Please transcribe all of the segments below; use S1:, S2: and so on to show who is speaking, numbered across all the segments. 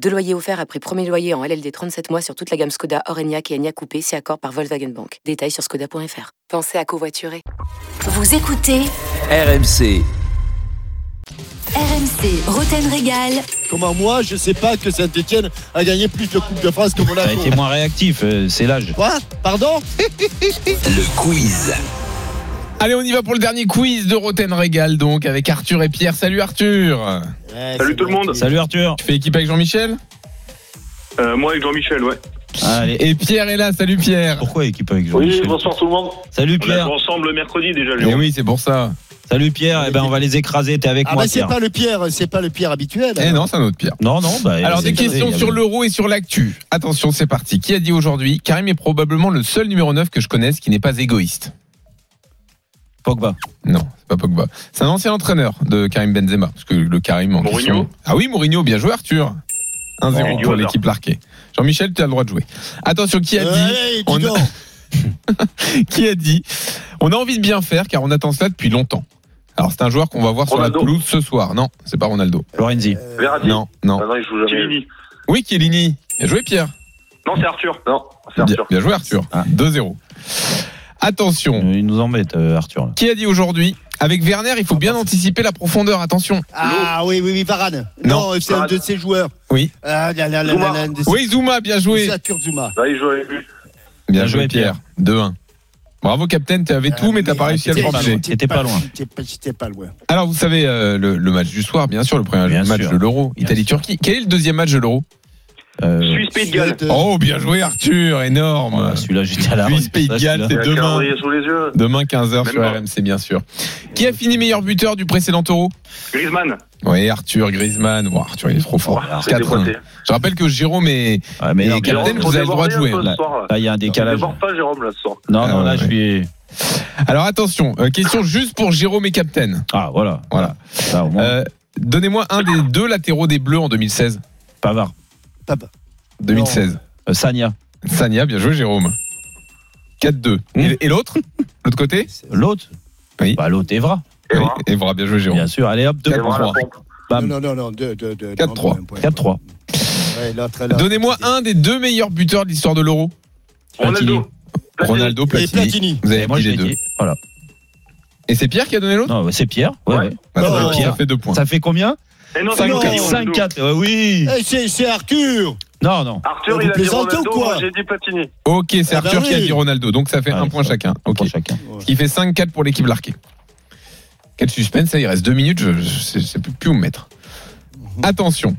S1: Deux loyers offerts après premier loyer en LLD 37 mois sur toute la gamme Skoda, Orenia et Enya Coupé, si accord par Volkswagen Bank. Détails sur skoda.fr. Pensez à covoiturer.
S2: Vous écoutez
S3: RMC.
S2: RMC Roten Régal.
S4: Comment moi, je sais pas que Saint-Etienne a gagné plus de Coupe de France que
S5: T'as
S4: Monaco.
S5: été moins réactif, euh, c'est l'âge.
S4: Quoi Pardon
S6: Eh,
S3: Le quiz.
S7: Allez, on y va pour le dernier quiz de Roten Régal, donc, avec Arthur et Pierre. Salut Arthur
S4: Salut
S6: tout le monde.
S5: Salut Arthur.
S7: Tu fais équipe avec Jean-Michel
S6: Euh, moi avec Jean-Michel, ouais.
S5: Allez. et
S7: Et Pierre est là, salut Pierre
S5: Pourquoi équipe avec
S8: Oui,
S5: Jean-Michel
S8: bonsoir tout le monde.
S5: Salut
S6: On est
S5: Pierre.
S6: ensemble le mercredi déjà,
S7: Mais
S6: Léon.
S7: Eh oui, c'est pour ça.
S5: Salut Pierre. Eh ben on va les écraser. T'es avec
S4: Ah
S5: moi
S4: bah c'est
S5: Pierre.
S4: pas le Pierre, c'est pas le Pierre habituel.
S7: Eh non, c'est un autre Pierre.
S5: Non non. bah,
S7: Alors,
S5: les
S7: des
S5: écraser,
S7: questions
S5: il y a-
S7: sur l'euro et sur l'actu. Attention, c'est parti. Qui a dit aujourd'hui Karim est probablement le seul numéro 9 que je connaisse qui n'est pas égoïste.
S5: Pogba.
S7: Non, c'est pas Pogba. C'est un ancien entraîneur de Karim Benzema, parce que le Karim en
S6: Mourinho
S7: question- Ah oui, Mourinho, bien joué Arthur. 1-0
S6: Oh.
S7: pour l'équipe larquée. Jean-Michel, tu as le droit de jouer. Attention, qui a dit
S4: Ouais, dis
S7: on-
S4: donc.
S7: qui a dit On a envie de bien faire car on attend cela depuis longtemps. Alors, c'est un joueur qu'on va voir sur la
S6: Ronaldo.
S7: pelouse ce soir. Non, c'est pas Ronaldo.
S5: Lorenzi.
S7: Euh,
S6: Verratti.
S7: Non, non.
S8: Ah non, il joue jamais.
S6: Chiellini.
S7: Oui, Chiellini. Bien joué, Pierre.
S6: Non, c'est Arthur.
S8: Non, c'est
S7: Bien,
S8: Arthur.
S7: bien joué, Arthur.
S5: Ah.
S7: 2-0. Attention.
S5: Il nous embête euh, Arthur. là.
S7: Qui a dit aujourd'hui Avec Werner, il faut bien anticiper la profondeur. Attention.
S4: Ah oui, oui, oui, Varane.
S7: Non.
S4: Non, c'est un de ses joueurs.
S7: Oui.
S4: Ah là là là là là, un de ses-
S7: Oui, Zuma, bien joué.
S4: C'est Arthur Zuma.
S8: Là, il joue avec lui.
S7: Bien
S5: Bien
S7: joué,
S5: joué,
S7: Pierre. 2-1. Bravo, Captain. Tu avais tout, mais t'as pas réussi
S4: Ah,
S7: à le
S4: t'es-
S5: prendre.
S7: propager.
S4: t'es
S5: T'étais pas loin.
S4: t'es pas- T'étais pas loin.
S7: Alors, vous savez, euh, le, le match du soir, bien sûr, le premier
S5: Bien
S7: match
S5: sûr.
S7: de l'Euro,
S5: Bien
S7: Italie-Turquie. Quel est le deuxième match de l'Euro
S5: Euh,
S6: Suisse Pays de Galles.
S4: Suède,
S7: Oh, bien joué, Arthur. Énorme.
S5: voilà, celui-là j'étais à la. rue,
S7: Suisse, Pays de
S5: ça,
S7: Galles,
S5: celui-là.
S7: c'est
S8: Il a le
S7: demain.
S8: calendrier sous les yeux.
S7: Demain 15h
S6: Même
S7: sur
S6: pas.
S7: RMC, bien sûr. Qui a fini meilleur buteur du précédent Euro
S6: Griezmann.
S7: Oui, Arthur Griezmann. Ouah, Arthur, il est trop fort.
S6: Oh, c'est
S7: 4-1.
S6: déboîté.
S7: Je rappelle que Jérôme est.
S5: Ouais, mais
S7: Et
S5: non, mais là,
S7: Captain, Capitaine,
S8: Jérôme,
S7: vous
S8: faut
S7: avez le droit de
S8: déborder un
S7: jouer,
S8: peu
S5: là.
S8: Ce soir, là.
S5: Là, Ah, il y a un
S8: Ne
S5: décalage.
S8: déborde pas Jérôme là ce soir.
S5: Non, non,
S7: Ah,
S5: là,
S7: ouais,
S5: je suis.
S7: Alors attention, euh, question juste pour Jérôme et Captain.
S5: Ah, voilà.
S7: Voilà.
S5: Là, au moins,
S7: Euh, Donnez-moi un des deux latéraux des Bleus en 2016.
S5: Pavard.
S4: Pab-
S7: 2016.
S5: Euh, Sania.
S7: Sania, bien joué, Jérôme. 4-2.
S5: Hmm.
S7: Et- Et l'autre L'autre côté
S5: L'autre
S7: Oui.
S5: Bah, l'autre, Evra.
S6: Evra.
S7: Oui, Evra, bien joué, Jérôme.
S5: Bien sûr. Allez, hop,
S6: C'est
S5: 2
S6: vraiment la
S5: contre 3.
S6: pompe.
S5: Bam.
S4: Non, non, non, 4-3.
S7: 4-3.
S5: 4-3.
S7: Donnez-moi un des deux meilleurs buteurs de l'histoire de l'Euro.
S6: Ronaldo.
S7: Ronaldo,
S4: Et
S7: Platini.
S4: Platini.
S7: Vous avez
S5: Et moi,
S7: dit
S5: je
S7: les
S5: l'ai
S7: deux.
S5: dit. Voilà.
S7: Et c'est Pierre qui a donné l'autre
S5: Non, ouais, c'est Pierre. Ouais,
S6: Ouais.
S5: ouais.
S7: Bah, ça
S4: Non.
S7: fait- Ça fait deux points.
S5: Ça fait combien
S6: Eh non, c'est
S4: Cinq-
S6: Ronaldo.
S4: Ronaldo.
S5: 5-4. Ouais, Euh, oui.
S4: Eh, c'est c'est Arthur.
S5: Non, non.
S6: Arthur,
S4: Vous
S6: il a dit
S4: plaisantez ou
S6: Ronaldo,
S4: quoi
S6: moi, j'ai dit Platini.
S7: Ok, c'est
S4: Ah bah
S7: Arthur qui a
S4: oui.
S7: dit Ronaldo, donc ça fait
S5: Ouais,
S7: un point
S5: ça-
S7: chacun.
S5: Un
S7: Ok.
S5: point chacun.
S7: Ce qui fait 5-4 pour l'équipe larquée. Quel suspense, ça, il reste deux minutes, je ne sais plus, plus où me mettre. Attention.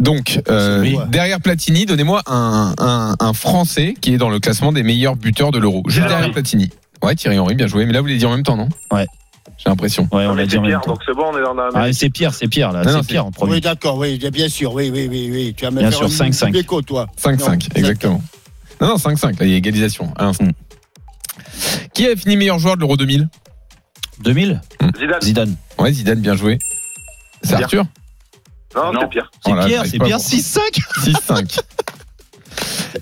S7: Donc, euh,
S4: Oui.
S7: derrière Platini, donnez-moi un, un- un Français qui est dans le classement des meilleurs buteurs de l'Euro. Juste
S6: Thierry
S7: derrière
S6: Henry.
S7: Platini. Ouais, Thierry Henry, bien joué. Mais là, vous les dit en même temps, non
S5: Ouais.
S7: J'ai l'impression.
S5: Ouais, on
S6: On
S5: l'a
S6: est
S5: dit en même
S6: Pierre,
S5: temps.
S6: donc c'est bon, on est dans la
S5: Ah, c'est Pierre, c'est Pierre, là.
S7: Non, non,
S5: C'est
S7: c'est-
S5: Pierre en premier.
S4: Oui, d'accord, oui, bien sûr. Oui, oui, oui, oui. Tu vas me
S5: Bien
S4: faire
S5: sûr,
S4: une
S5: 5-5.
S4: petite écho, toi.
S7: 5-5,
S4: Non,
S7: exactement. Non, non, 5-5, là, il y a égalisation. à l'instant. Qui a fini meilleur joueur de l'Euro 2000
S5: 2000
S6: Zidane.
S5: Zidane.
S7: Ouais, Zidane, bien joué. C'est
S6: Pierre.
S7: Arthur
S6: Non,
S8: Non.
S6: c'est Pierre.
S5: C'est
S7: Oh là,
S5: Pierre,
S7: j'arrive
S5: c'est
S7: pas à
S5: Pierre.
S7: voir.
S5: 6-5
S7: 6-5.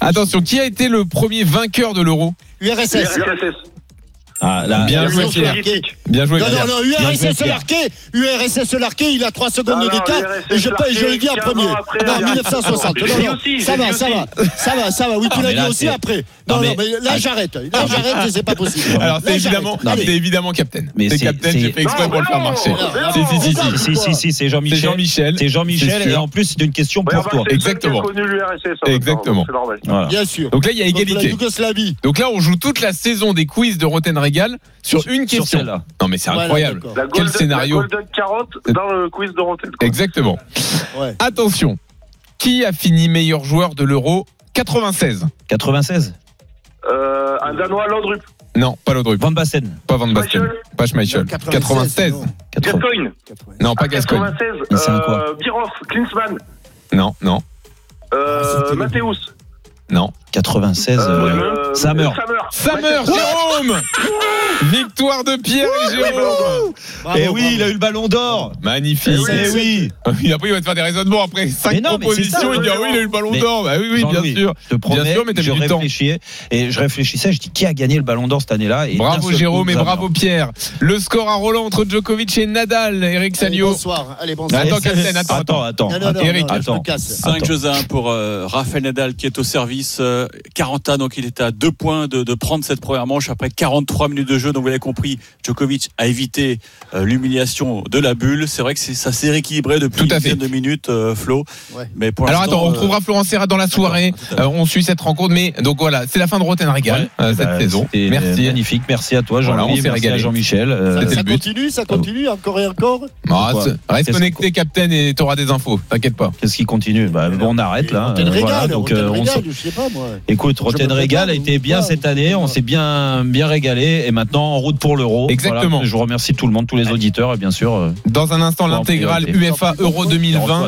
S7: Attention, qui a été le premier vainqueur de l'euro
S4: URSS.
S6: URSS.
S5: Ah, là.
S7: Bien
S4: bien
S7: joué,
S4: joué,
S7: Pierre.
S4: Pierre.
S7: Bien joué,
S4: Non, non,
S7: Pierre.
S4: non,
S5: Bien joué,
S4: URSS
S5: Pierre.
S4: Larquet, URSS Larquet, il a 3 secondes
S6: Non,
S4: de
S6: non,
S4: décalage.
S6: URSS
S4: Et je, peux- je le dis en
S6: Larquet,
S4: premier.
S6: quinze ans après,
S4: non,
S6: il y a-
S4: 1960.
S6: J'ai
S4: Non,
S6: dit
S4: non,
S6: aussi,
S4: ça
S6: j'ai
S4: va,
S6: dit
S4: ça
S6: aussi.
S4: va, ça va, ça va. Oui, tu
S5: Ah,
S4: l'as
S5: mais
S4: dit
S5: là,
S4: aussi
S5: c'est-
S4: après. Non,
S5: mais-
S4: non, mais là,
S5: Ah,
S4: j'arrête. Là, j'arrête, et c'est pas possible.
S7: Alors, c'est
S4: Là,
S7: évidemment,
S4: j'arrête.
S5: mais-
S7: c'est évidemment Captain.
S5: Mais
S7: C'est
S5: c'est-
S7: Captain,
S5: c'est-
S7: j'ai fait exprès
S6: Non,
S7: pour le faire
S6: non,
S7: marcher.
S6: non,
S7: Si, si, si,
S4: non,
S7: si.
S5: Si, si, si, c'est
S7: C'est
S5: Jean-Michel.
S7: Jean-Michel.
S5: C'est
S7: C'est
S5: Jean-Michel,
S7: sûr.
S5: et en plus, c'est une question
S6: Ouais,
S5: pour
S6: bah,
S5: toi.
S6: c'est le seul qui a
S7: Exactement.
S6: connu l'URSS.
S7: Exactement.
S6: C'est normal.
S5: Voilà.
S4: Bien sûr.
S7: Donc là, il y a
S4: Contre La
S7: égalité.
S4: Yougoslavie.
S7: Donc là, on joue toute la saison des quiz de Roten Regal sur une
S5: Sur
S7: question.
S5: celle-là.
S7: Non, mais c'est
S4: Voilà,
S7: incroyable.
S4: d'accord.
S6: La
S7: Quel
S6: golden,
S7: scénario
S6: la golden carotte dans le quiz de Rotel. quoi.
S7: Exactement.
S4: Ouais.
S7: Attention, qui a fini meilleur joueur de l'euro 96
S5: 96
S6: Euh, un Danois, Laudrup.
S7: Non, pas Laudrup,
S5: Van Basten.
S7: pas Van Basten,
S6: Michael.
S7: pas Schmeichel. 96
S4: non.
S6: Gascoigne.
S7: Non,
S6: Ah,
S7: pas Gascoigne.
S6: 96.
S5: Il sert à
S6: euh, Biroff, Klinsmann.
S7: Non, non.
S4: Ah, c'était
S6: Euh,
S4: le-
S6: Mathéus.
S7: Non.
S5: 96. euh,
S6: Euh,
S5: Ça meurt.
S6: Ça meurt.
S7: Ça meurt, Jérôme Victoire de Pierre et Jérôme
S4: Bravo,
S5: eh oui,
S4: bravo.
S5: il a eu le ballon d'or.
S7: Magnifique
S5: Eh oui.
S7: Et Après, il va te faire des raisonnements. Après
S5: Mais
S7: 5
S5: non, mais c'est ça,
S7: propositions, il dit Ah oui, il a eu le ballon
S5: Mais-
S7: d'or. Bah oui, oui, bien
S5: Jean-Louis,
S7: sûr.
S5: Je te promets,
S7: sûr, mais t'as
S5: je
S7: mis du temps.
S5: réfléchissais et je réfléchissais, je dis qui a gagné le ballon d'or cette année-là et d'un
S7: Bravo
S5: seul coup,
S7: Jérôme et
S5: Xavier.
S7: bravo Pierre. Le score à Roland entre Djokovic et Nadal.
S5: Eh,
S4: Allez,
S7: Eric Salio.
S4: Bonsoir. Allez, bonsoir.
S7: Attends,
S5: Allez, c'est-
S7: Capitaine, attends,
S5: attends,
S7: attends.
S5: attends,
S4: Non, non, non,
S7: Eric,
S4: non, là, je
S5: attends.
S4: me casse.
S9: 5
S5: Attends.
S9: jeux à 1 pour euh, Rafael Nadal qui est au service. euh, 40 ans, donc il était à 2 points de, de prendre cette première manche après 43 minutes de jeu. Donc vous l'avez compris, Djokovic a évité euh, l'humiliation de la bulle. C'est vrai que c'est- ça s'est rééquilibré depuis
S7: Tout à
S9: une
S7: fait.
S9: dizaine de minutes, euh, Flo.
S4: Ouais.
S9: Mais pour
S7: Alors
S9: l'instant,
S7: attends, on
S9: euh,
S7: retrouvera Florent Serra dans la soirée.
S9: à fait.
S7: Euh, on suit cette rencontre, mais donc voilà, c'est la fin de Rotten Régal
S5: Ouais.
S7: euh, cette
S5: Bah,
S7: saison.
S5: c'était
S7: Merci.
S5: Magnifique. Merci à toi,
S7: Voilà, on
S5: Jean-Louis.
S7: s'est
S5: merci à
S7: régalé.
S5: Jean-Michel. Euh,
S7: C'était
S4: Ça
S7: le but.
S4: continue, ça continue, encore et encore.
S7: Ah,
S5: Pourquoi
S7: c'est- reste
S5: Qu'est-ce
S7: connecté, Captain, et t'auras des infos. T'inquiète pas.
S5: Qu'est-ce qui continue bah, bon, On arrête là.
S4: Rotten
S5: Euh,
S4: Régal,
S5: voilà, donc,
S4: Rotten
S5: euh, on
S4: Régal,
S5: s'en-
S4: je sais pas moi.
S5: Écoute, Rotten
S4: me
S5: Régal a
S4: prépare,
S5: été
S4: ou
S5: bien
S4: pas,
S5: cette
S4: ou
S5: année.
S4: pas.
S5: On s'est bien, bien régalé. Et maintenant, en route pour l'euro.
S7: Exactement.
S5: Voilà, je remercie tout le monde, tous les auditeurs et bien sûr. euh,
S7: Dans un instant,
S5: Bon,
S7: l'intégrale
S5: priorité.
S7: UEFA Euro 2020.